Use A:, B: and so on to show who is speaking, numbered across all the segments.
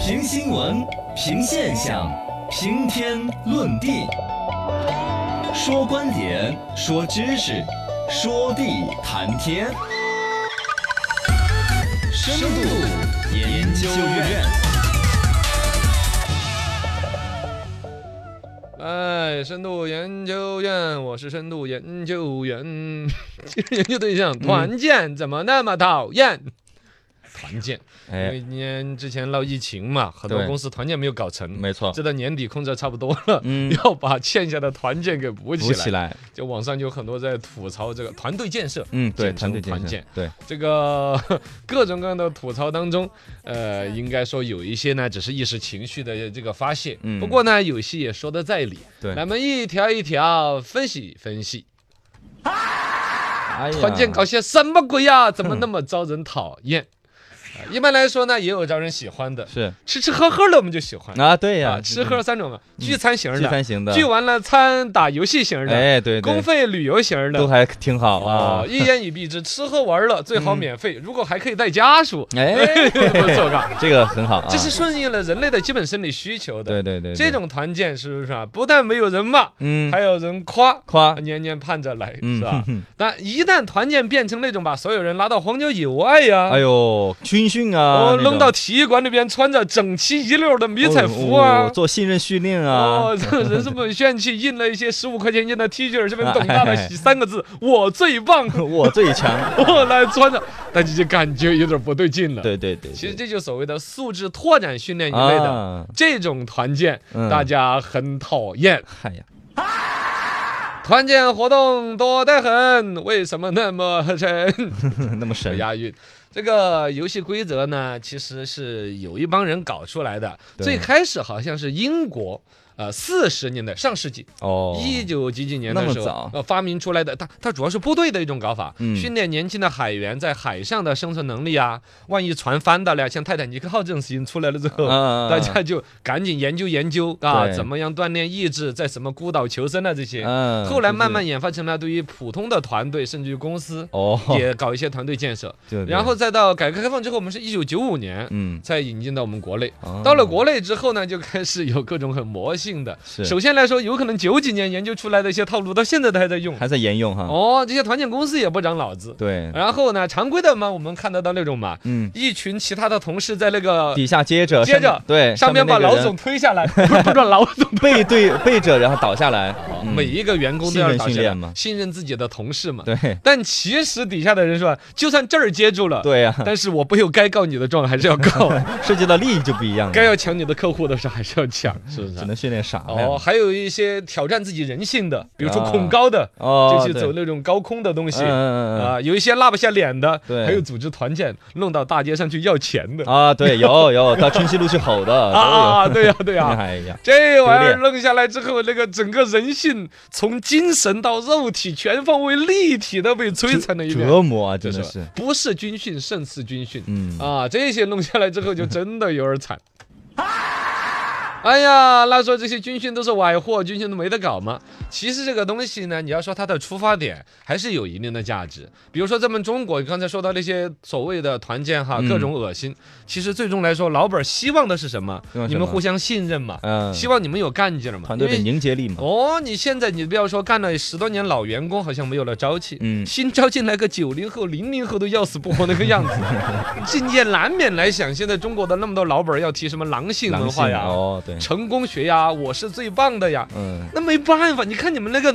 A: 评新闻，评现象，评天论地，说观点，说知识，说地谈天。深度研究院，
B: 哎，深度研究院，我是深度研究员。 今日研究对
A: 嗯
B: 象团建怎么那么讨厌？团建，因
A: 哎，
B: 为年之前闹疫情嘛，很多
A: 对
B: 公司团建没有搞成，
A: 没错，
B: 这到年底控制得差不多了，
A: 嗯
B: 要把欠下的团建给补
A: 补
B: 起来。
A: 起来，
B: 就网上就有很多在吐槽这个团队建设，
A: 嗯，对，团
B: 简称
A: 队
B: 团
A: 建设
B: 建，
A: 对，
B: 这个 各种各样的吐槽当中，呃，应该说有一些呢只是一时情绪的这个发泄，
A: 嗯
B: 不过呢有些也说的在理。
A: 对
B: 咱们一条一条分析分析，
A: 哎呀
B: 团建搞些什么鬼呀、怎么那么招人讨厌？ 啊一般来说呢，也有招人喜欢的，
A: 是
B: 吃吃喝喝的我们就喜欢
A: 啊，对呀，嗯
B: 啊，吃喝三种嘛，聚餐型
A: 聚餐
B: 的，
A: 型的，
B: 聚完了餐打游戏型的，
A: 哎，对
B: 公
A: 对，
B: 费旅游型的
A: 都。还挺好啊嗯
B: 哦，，一言以蔽之，吃喝玩乐最好免费，如果还可以带家属，
A: 哎
B: 不错嘎，
A: 这个很好啊，
B: 这是顺应了人类的基本生理需求的。
A: 对对对，对
B: 这种团建是不是啊？不但没有人骂，
A: 嗯
B: 还有啊人夸，
A: 夸
B: 年年盼着来，
A: 嗯
B: 是吧
A: 哼哼？
B: 但一旦团建变成那种把所有人拉到荒郊野外呀
A: 哎，呦，军训啊，
B: 啊哦，
A: 那
B: 弄
A: 种
B: 到体育馆里边穿着整齐一溜的迷彩服
A: 哦哦
B: 啊。
A: 做信任训练啊
B: 哦，，让人这么炫气，印了一些十五块钱一件的 T 恤，上面董大
A: 哎
B: 的三个字“我最棒”，
A: 我最强，
B: 我来穿着，但你就感觉有点不对劲了。，
A: 对对对，
B: 其实
A: 对
B: 这就是所谓的素质拓展训练一类的、
A: 啊
B: 这种团建，
A: 嗯
B: 大家很讨厌。
A: 嗨呀，
B: 团建活动多得很，为什么那么沉？
A: 那么神，
B: 押韵。这个游戏规则呢，其实是有一帮人搞出来的。
A: 对
B: 最开始好像是英国，呃，四十年代上世纪
A: 哦，
B: 一九几几年
A: 那
B: 的
A: 么
B: 时候
A: 早，
B: 呃，发明出来的，它它主要是部队的一种搞法，
A: 嗯
B: 训练年轻的海员在海上的生存能力啊。万一船翻到了呀，像泰坦尼克号这种事情出来了之后，
A: 啊
B: 大家就赶紧研究研究啊，
A: 对
B: 怎么样锻炼意志，在什么孤岛求生啊这些。
A: 嗯，
B: 后来
A: 就是
B: 慢慢演发成了对于普通的团队，甚至于公司
A: 哦，
B: 也搞一些团队建设。
A: 对对
B: 然后再到改革开放之后，我们是一九九五年
A: 嗯，
B: 才引进到我们国内。
A: 哦
B: 到了国内之后呢，就开始有各种很魔性的。
A: 是
B: 首先来说，有可能九几年研究出来的一些套路，到现在都还在用。
A: 还在沿用哈，
B: 哦，哎这些团建公司也不长脑子。
A: 对，
B: 然后呢，常规的嘛，我们看得到那种嘛，
A: 嗯，
B: 一群其他的同事在那个
A: 底下接着
B: 呃接
A: 上
B: 着
A: 面 对
B: 上面把
A: 那个
B: 老
A: 人
B: 总推下来，不是不是老总。
A: 背对背着，然后倒下来， 嗯
B: 每一个员工都要
A: 信任
B: 打
A: 训
B: 下
A: 练
B: 来
A: 嘛，
B: 信任自己的同事嘛。
A: 对
B: 但其实底下的人说，就算这儿接住了，
A: 对呀，
B: 但是我不有该告你的状还是要 告，
A: 涉及到利益就不一样了，
B: 该要抢你的客户的时候还是要 抢，是不
A: 只
B: 是？
A: 能训练傻呀
B: 哦，还有一些挑战自己人性的，比如说
A: 啊
B: 恐高的，
A: 哦，
B: 就去
A: 对
B: 走那种高空的东西
A: 嗯
B: 啊、
A: 嗯嗯嗯
B: 有一些拉不下脸的，
A: 对
B: 还有组织团建弄到大街上去要钱 的
A: 啊，对，有有到春熙路去吼的都有，
B: 啊，对呀、对呀、
A: 哎呀，
B: 这玩意儿
A: 丢
B: 弄下来之后，那个整个人性从精神到肉体全方位立体的被摧残了一遍，
A: 折磨啊，
B: 就
A: 真的是，
B: 不是军训胜似军训、
A: 嗯，
B: 啊！这些弄下来之后，就真的有点惨。 哎呀，那说这些军训都是崴货，军训都没得搞吗？其实这个东西呢，你要说它的出发点还是有一定的价值。比如说咱们中国，刚才说到那些所谓的团建哈，
A: 嗯
B: 各种恶心，其实最终来说，老板希望的是什么
A: 希望？什
B: 你们
A: 么
B: 互相信任嘛。
A: 嗯，
B: 希望你们有干劲儿嘛，
A: 团队的
B: 因为
A: 凝结力嘛，
B: 哦，你现在你不要说干了十多年老员工，好像没有了朝气。
A: 嗯
B: 新招进来个九零后、零零后都要死不活那个 样子，这你也难免来想，现在中国的那么多老板儿要提什么狼性文
A: 狼性
B: 化呀、
A: 哦，对，
B: 成功学呀，我是最棒的呀，
A: 嗯，
B: 那没办法，你看你们那个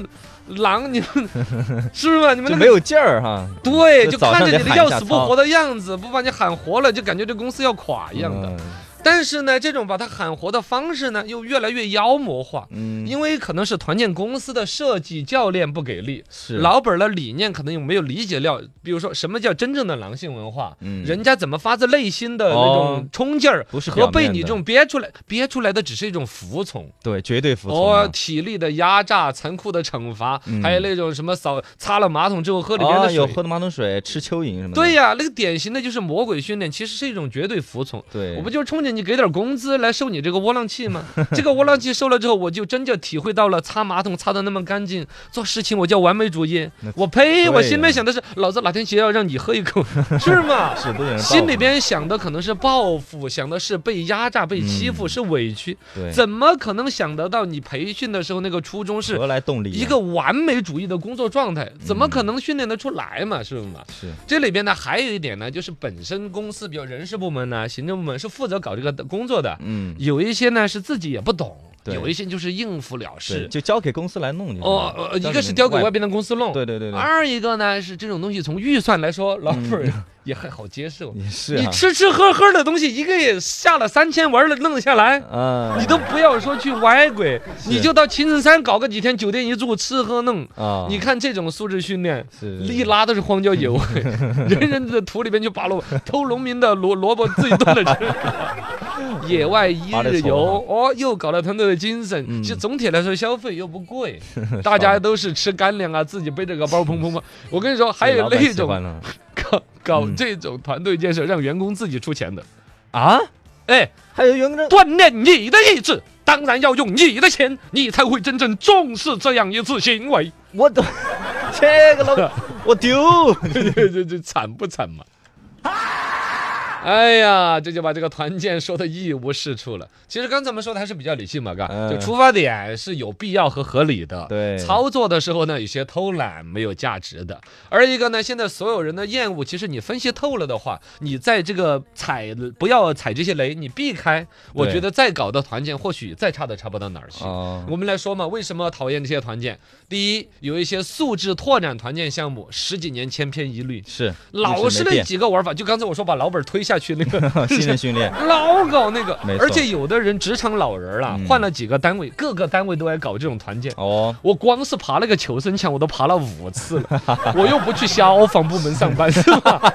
B: 狼，你们 是不是吧？你们
A: 就
B: 那
A: 没
B: 个。
A: 有劲儿哈，
B: 对，
A: 就
B: 就
A: 早
B: 看
A: 上
B: 着
A: 得
B: 你的
A: 喊一
B: 要
A: 下
B: 死不
A: 操
B: 活的样子，不把你喊活了，就感觉这公司要垮一样的。
A: 嗯，
B: 但是呢，这种把它喊活的方式呢，又越来越妖魔化。
A: 嗯，
B: 因为可能是团建公司的设计教练不给力，
A: 是，
B: 老板儿的理念可能有没有理解了。比如说，什么叫真正的狼性文化？
A: 嗯
B: 人家怎么发自内心的那
A: 哦
B: 种冲劲儿，
A: 不是
B: 和
A: 表
B: 被
A: 面
B: 你
A: 的
B: 这种憋出来、憋出来的只是一种服从。
A: 对绝对服从
B: 哦
A: 啊，，
B: 体力的压榨、残酷的惩罚，
A: 嗯
B: 还有那种什么扫擦了马桶之后喝里面
A: 啊，
B: 的水。
A: 有喝嗯的马桶水，吃蚯蚓什么的，
B: 对呀、那个典型的就是魔鬼训练，其实是一种绝对服从。
A: 对，
B: 我不就冲着你给点工资来收你这个窝 囊气吗？这个窝囊气收了之后，我就真就体会到了擦马桶擦的那么干净，做事情我叫完美主义
A: 那。
B: 我呸！我
A: 对
B: 心里面
A: 呀
B: 想的是，老子哪天鞋要让你喝一 口，是吗？
A: 是都有人报
B: 心里
A: 复
B: 边想的可能是报复，想的是被压榨、被欺负，
A: 嗯
B: 是委屈，
A: 对
B: 怎么可能想得到你培训的时候那个初衷是
A: 何来动力啊呀？嗯
B: 一个完美主义的工作状态？怎么可能训练得出来嘛？是不是嘛？
A: 是
B: 这里边呢，还有一点呢，就是本身公司，比如人事部门呢、行政部门是负责搞这个工作的，
A: 嗯，
B: 有一些呢是自己也不懂，
A: 对
B: 有一些就是应付了
A: 是
B: 事。
A: 就交给公司来弄就行
B: 哦
A: 了，
B: 呃
A: 交给
B: 一个是交给外
A: 外，
B: 边的公司弄，
A: 对对对对，
B: 二一个呢是这种东西从预算来说，老
A: 嗯
B: 板儿 也很好接受。
A: 也是
B: 你
A: 啊
B: 吃吃喝喝的东西，一个也下了三千文了，弄下来，
A: 啊，
B: 你都不要说去外国，你就到青城山搞个几天，酒店一住，吃喝弄。
A: 啊，
B: 你看这种素质训练，
A: 是
B: 一拉都是荒郊野外， 人人在土里边去拔萝卜，偷农民的萝萝卜自己炖着吃。 野外一
A: 拔得
B: 日
A: 熟
B: 游，哦，又搞了团队的精神。
A: 啊嗯啊
B: 其实总体来说，消费又不 贵，大家都是吃干粮啊，自己背着个包砰砰砰。我跟你说，还有那种
A: 呢
B: 搞搞
A: 嗯
B: 这种团队建设，让员工自己出钱的。
A: 啊，
B: 哎，
A: 还有员工证，
B: 锻炼你的意志，当然要用你的钱，你才会真正重视这样一次行为。
A: 我都这个老我 丢，
B: 这 这这惨不惨嘛？哎呀，这就把这个团建说的一无是处了。其实刚才我们说的还是比较理性嘛，嘎，
A: 嗯
B: 就出发点是有必要和合理的。
A: 对
B: 操作的时候呢，有些偷懒没有价值的。而一个呢，现在所有人的厌恶，其实你分析透了的话，你在这个踩不要踩这些雷，你避开，我
A: 对
B: 觉得再搞的团建，或许再差都差不到哪儿去。
A: 啊，
B: 我们来说嘛，为什么讨厌这些团建？第一，有一些素质拓展团建项目，十几年千篇一律，
A: 是
B: 老
A: 是，
B: 是那几个玩法。就刚才我说把老本儿推下去那个
A: 新人训练，
B: 老搞那个
A: 没，错
B: 而且有的人职场老人儿了
A: 嗯，
B: 换了几个单位，各个单位都爱搞这种团建。
A: 哦，
B: 我光是爬那个求生墙，我都爬了五次 了，我又不去消防部门上班，是吧？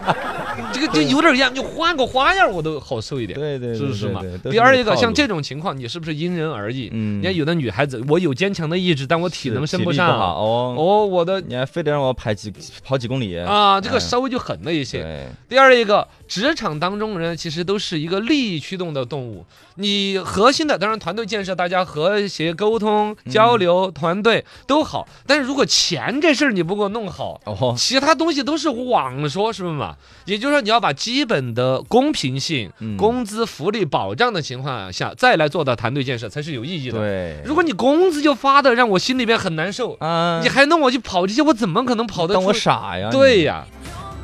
B: 这个就有点儿样，就换个花样，我都好受一 点。
A: 对对，
B: 是不是嘛？
A: 对
B: 第二一个，像这，种情况，你是不是因人而异？
A: 嗯
B: 你看有的女孩子，我有坚强的意志，但我体能升
A: 不
B: 上。
A: 好哦，
B: 哦，我的
A: 你还非得让我跑几跑几公里
B: 啊，这个
A: 哎
B: 稍微就狠了一些。
A: 对，
B: 第二一个，职场当中人其实都是一个利益驱动的动物。你核心的当然团队建设，大家和谐沟通、交
A: 嗯
B: 流、团队都好。但是如果钱这事儿你不给我弄好，
A: 哦，
B: 其他东西都是网说，是不是嘛？也就是说，你要把基本的公平性、
A: 嗯
B: 工资福利保障的情况下，再来做到团队建设才是有意义的。
A: 对，
B: 如果你工资就发的让我心里边很难受，
A: 啊，
B: 你还弄我去跑这些，我怎么可能跑得
A: 当我
B: 出？
A: 傻呀？
B: 对呀。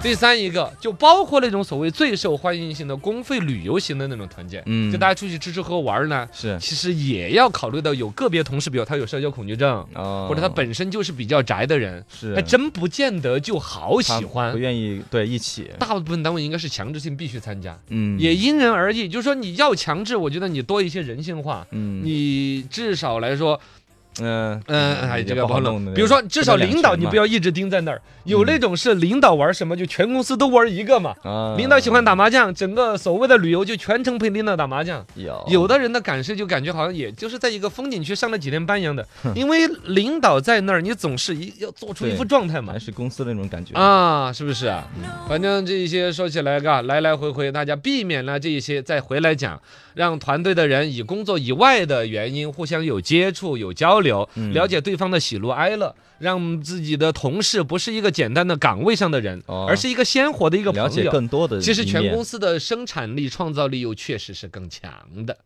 B: 第三一个就包括那种所谓最受欢迎型的公费旅游型的那种团建，
A: 嗯
B: 就大家出去吃吃喝玩儿呢，
A: 是
B: 其实也要考虑到有个别同事，比如他有社交恐惧症，
A: 哦，
B: 或者他本身就是比较宅的人，
A: 是
B: 还真不见得就好
A: 他
B: 喜
A: 不
B: 欢。
A: 愿意对一起，
B: 大部分单位应该是强制性必须参加，
A: 嗯，
B: 也因人而异。就是说你要强制，我觉得你多一些人性化，
A: 嗯
B: 你至少来说，
A: 嗯
B: 嗯，哎，这个不好弄。
A: 的
B: 比如说，至少领导你不
A: 要
B: 要一直盯在那儿。有那种是领导玩什么，就全公司都玩一个嘛。
A: 啊，
B: 领导喜欢打麻将，整个所谓的旅游就全程陪领导打麻将。
A: 有
B: 有的人的感受就感觉好像也就是在一个风景区上了几天班一样的，因为领导在那儿，你总是一要做出一副
A: 对
B: 状态嘛
A: 还。是公司的那种感觉，
B: 啊，是不是啊？反正这一些说起来，嘎，来来回回，大家避免了这一些，再回来讲，让团队的人以工作以外的原因互相有接触、有交流，
A: 嗯
B: 了解对方的喜怒哀乐，让自己的同事不是一个简单的岗位上的人，
A: 哦
B: 而是一个鲜活的一个朋
A: 了解
B: 友。
A: 更多的一面，
B: 其实全公司的生产力、创造力又确实是更强的。